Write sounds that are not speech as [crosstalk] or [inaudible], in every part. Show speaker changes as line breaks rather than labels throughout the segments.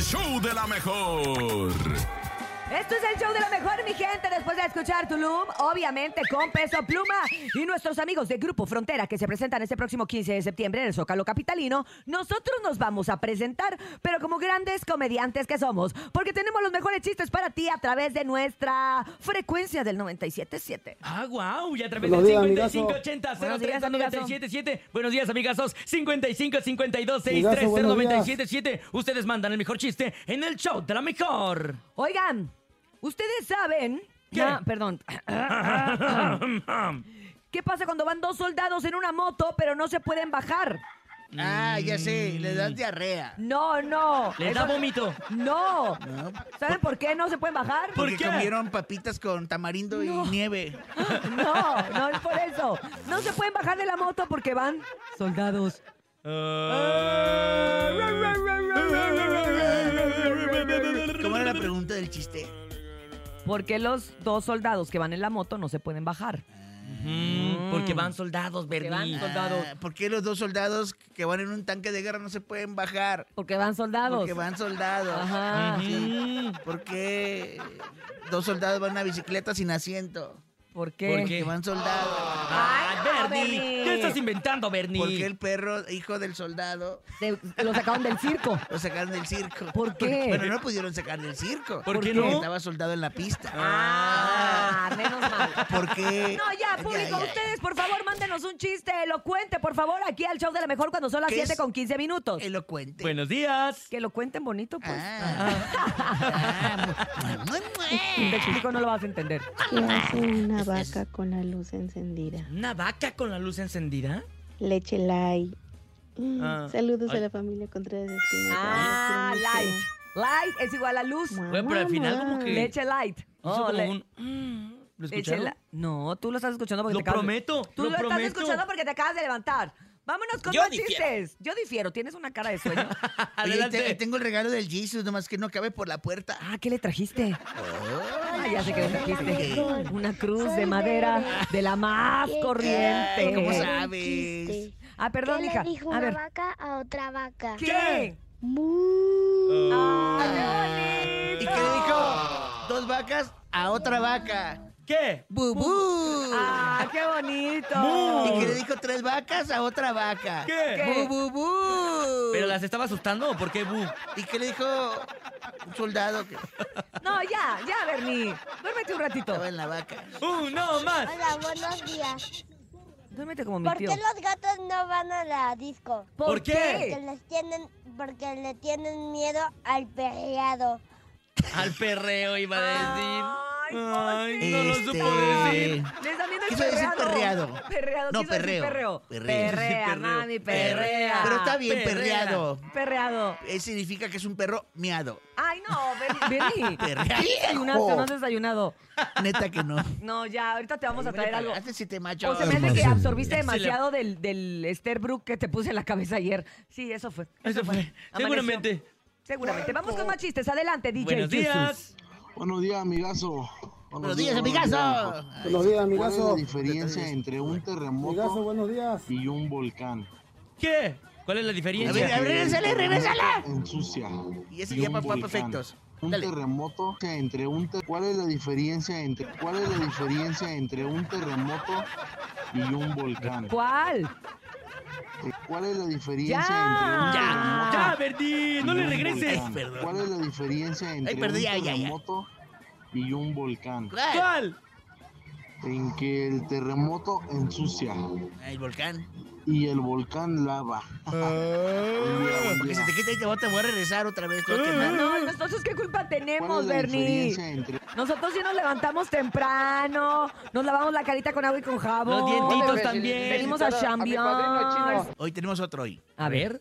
show de la mejor.
Esto es el show de la mejor, mi gente. Después de escuchar Tulum, obviamente con peso pluma. Y nuestros amigos de Grupo Frontera que se presentan este próximo 15 de septiembre en el Zócalo Capitalino, nosotros nos vamos a presentar, pero como grandes comediantes que somos, porque tenemos los mejores chistes para ti a través de nuestra frecuencia del 97.7.
Ah, wow, ya a través
Buenos
del
días,
5580
Buenos días, amigazo.
0977. Buenos días, amigazos. 55 52
Amigazo,
63
buenos
0977. Ustedes mandan el mejor chiste en el show de la mejor.
Oigan, ustedes saben.
¿Qué?
Ah, perdón. ¿Qué pasa cuando van dos soldados en una moto, pero no se pueden bajar?
Ah, ya sé, le
Mm.
das diarrea.
No, no.
Les da vómito.
No. ¿Saben por qué no se pueden bajar?
¿Por
Porque
qué?
comieron papitas con tamarindo y nieve.
No, no es por eso. No se pueden bajar de la moto porque van soldados.
Ah.
¿Cómo era la pregunta del chiste?
¿Por qué los dos soldados que van en la moto no se pueden bajar?
Mm, Porque van soldados,
van
Bernie.
soldados. Soldado.
Ah, ¿Por qué los dos soldados que van en un tanque de guerra no se pueden bajar?
Porque van soldados.
Porque van soldados.
Ajá.
Mm,
¿Por qué dos soldados van en una bicicleta sin asiento?
¿Por
¿Por
qué?
qué?
Porque van soldados.
Ah,
Ay, no,
Bernie.
Bernie.
¿Qué estás inventando, Bernie?
¿Por qué el perro, hijo del soldado,
Se- lo sacaron del circo.
lo sacaron del [laughs] circo?
¿Por qué?
Bueno, no pudieron sacar del circo.
¿Por qué
Porque
no?
Estaba soldado en la pista.
Ah, menos mal.
¿Por qué?
No, ya, público,
ya, ya.
ustedes, por favor, mándenos un chiste elocuente, por favor, aquí al show de la mejor cuando son las
¿Qué
7
es
con 15 minutos.
Elocuente.
Buenos días.
Que lo cuenten bonito, pues.
Ah. Ah, mu- mu-
[laughs]
mu-
Te explico, no lo vas a entender.
¿Qué hace una vaca con la luz encendida?
¿Una vaca con la luz encendida?
Leche light. Mm,
Ah,
Saludos
ay.
a la familia Contreras Espinosa.
Ah,
Los quiero
light.
mucho.
Light es igual a luz.
Mua,
Bueno, pero al
mua,
final como
mua.
que-
Leche light.
Hizo
Oh,
como
le-
un, mm, ¿Lo
leche
escucharon?
la- No, tú lo estás escuchando porque
Lo
te acabas de-
prometo,
Tú
lo
lo, estás
prometo.
escuchando porque te acabas de levantar. Vámonos con
Yo
los
difiero.
chistes. Yo difiero, tienes una cara de
[laughs]
sueño.
Oye,
Adelante.
te- tengo el regalo del Jesus, nomás que no cabe por la puerta.
ah, ¿qué le trajiste? Ah, ya sé que le trajiste.
mejor.
Una cruz
Soy
de madera
verde.
de la más
Qué
corriente.
Ay, ¿Cómo
Era un
sabes?
chiste.
Ah, perdón,
¿Qué
hija.
le dijo
A
una
ver.
vaca a otra vaca?
¿Qué?
Mu.
¡Ay, Ah, qué
¿Y qué
bonito!
le dijo? Dos vacas a otra vaca.
¿Qué?
¡Bubú!
¡Ah, qué bonito!
Mu.
¿Y qué le dijo tres vacas a otra vaca?
¿Qué?
¡Bu, bu, bu!
¿Pero las estaba asustando o por qué bu?
¿Y qué le dijo un soldado que
No, ya, ya, Bernie. Duérmete un ratito.
estaba en la vaca?
¡Uno más!
Hola, buenos días.
Duérmete como mi
¿Por
tío.
qué los gatos no van a la disco?
¿Por qué?
Porque les tienen, porque le tienen miedo al perreado.
Al perreo iba a decir.
Ay,
Ay, no lo
Este-
supo decir.
Les está viendo el
Quiso decir
perreado.
perreado.
Perreado,
No,
quiso decir
perreo.
perreo.
Perreo.
Perrea,
Sí, perreo.
mami, perrea.
Pero está bien,
Perrera.
perreado.
Perreado.
Eh, significa que es un perro miado.
Ay, no, Benny.
Perreado.
desayunaste, no has desayunado.
Neta
[laughs]
que no.
No, ya, ahorita te vamos a traer algo.
Hazte siete machos.
O se me hace que absorbiste
Se le-
demasiado del, del Esther Brook que te puse en la cabeza ayer. Sí, eso fue.
Eso fue.
Amaneció.
Seguramente.
Seguramente. Vamos con más chistes. Adelante, DJ
Buenos días.
Buenos días, amigazo.
Buenos días,
buenos
amigazo.
días.
Buenos días,
¿Cuál es la
amigazo.
diferencia entre un
Amigazo,
terremoto
buenos días.
y un volcán?
¿Qué? ¿Cuál es la
A ver, a
diferencia?
ver, regrésale, regrésale.
Ensucia.
Y ese
un
ya papá
volcán.
perfectos.
Un
Dale.
terremoto entre un ter- ¿Cuál es la diferencia entre cuál es la diferencia entre un terremoto y un volcán?
¿Cuál?
¿Cuál es la diferencia
Ya.
entre
¡Ya!
un terremoto
Ah.
¡Ya, Bernie! ¡No le
y un
regreses!
volcán?
Perdón.
¿Cuál es la diferencia entre
perdí, ya, ya,
un
ya.
terremoto y un volcán?
¿Cuál?
¿Cuál?
En que el terremoto ensucia
Ah, El volcán.
y el volcán lava. [laughs]
Porque si te quita y te voy, te voy a regresar otra vez. te voy a quemar.
No, nosotros qué culpa
¿Cuál
tenemos,
es la
Bernie.
diferencia entre
Nosotros sí nos levantamos temprano, nos lavamos la carita con agua y con jabón.
Los dientitos también.
Venimos a chambear.
Hoy tenemos otro hoy.
A ver.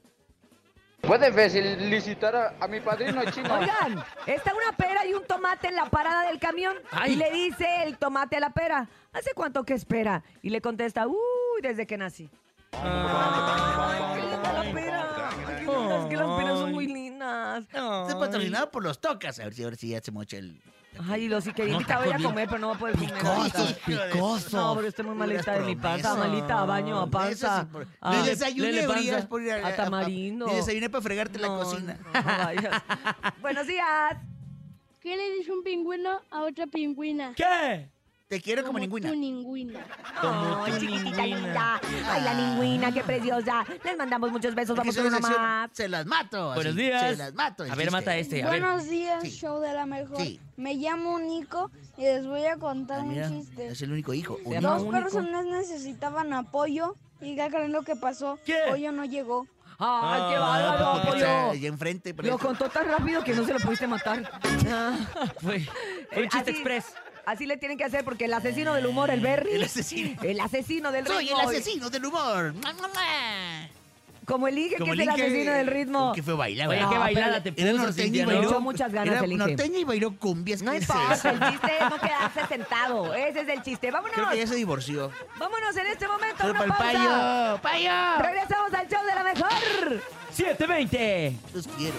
Pueden felicitar a, a mi
[laughs]
padrino chino.
Oigan, está una pera y un tomate en la parada del camión.
Ay.
Y le dice el tomate a la pera, ¿hace cuánto que espera? Y le contesta, uy, desde que
Ah.
nací. Ay, qué linda la pera. Ay, qué linda, es que las peras son muy lindas. más.
Está Este patrocinado por los tocas. A ver si, a ver si ya se mocha el.
Ay, lo sí quería
No,
invitar a ir a
tacos
comer,
bien
pero no va a poder comer. ahorita.
Picosos,
Picosos,
picosos.
picosos.
No, pero estoy muy malita de mi panza,
pasa,
malita, baño, a panza. Ah, a-
Le desayuné
Lele panza,
brillas por ir a,
a tamarindo.
Le desayuné para fregarte la
No,
cocina.
no,
[laughs]
vayas. Buenos días.
¿Qué le dice un pingüino a otra pingüina?
¿Qué?
Te quiero como ninguna.
Tu ningüina.
Como
Ay,
tu
chiquitita
ningüina.
linda. Ay, la ningüina, qué preciosa. Les mandamos muchos besos.
Es que
Vamos con
son
una
sección,
más.
Se las mato. así,
Buenos días.
Pues Se las mato.
A ver, mata
este.
este. A ver.
Buenos días,
Sí.
show de la mejor.
Sí.
Me llamo Nico y les voy a contar
Ah,
un
mira,
chiste.
es el único hijo.
Se llama
Dos
único.
personas necesitaban apoyo y ya creen lo que pasó.
¿Qué?
Pollo no llegó.
Ay, qué
Ah,
bárbaro,
tampoco
Pollo.
Y enfrente. por
Lo
eso.
contó tan rápido que no se lo pudiste matar.
[laughs]
Fue, fue un chiste express.
Así le tienen que hacer porque el asesino del humor, el Berry.
El asesino.
El asesino del
Soy el
ritmo.
asesino del humor. Ma, ma, ma.
Como el Inge, que es el
Inge.
asesino del ritmo.
Como Que fue bailar.
Oye,
¿verdad?
qué
No,
bailada
pero-
te
Era
puso,
norteño y
Cintia,
Le
bailó.
echó
¿no?
muchas ganas
Era
el Inge.
norteño y bailó cumbias.
No
¿qué es
importa,
eso?
el chiste es no quedarse sentado. Ese es el chiste.
Creo
Vámonos.
que ya se divorció.
Vámonos en este momento a
Solo
una
para el
pausa.
payo. ¡Payo!
Regresamos al show de la mejor.
720.
Los quiero.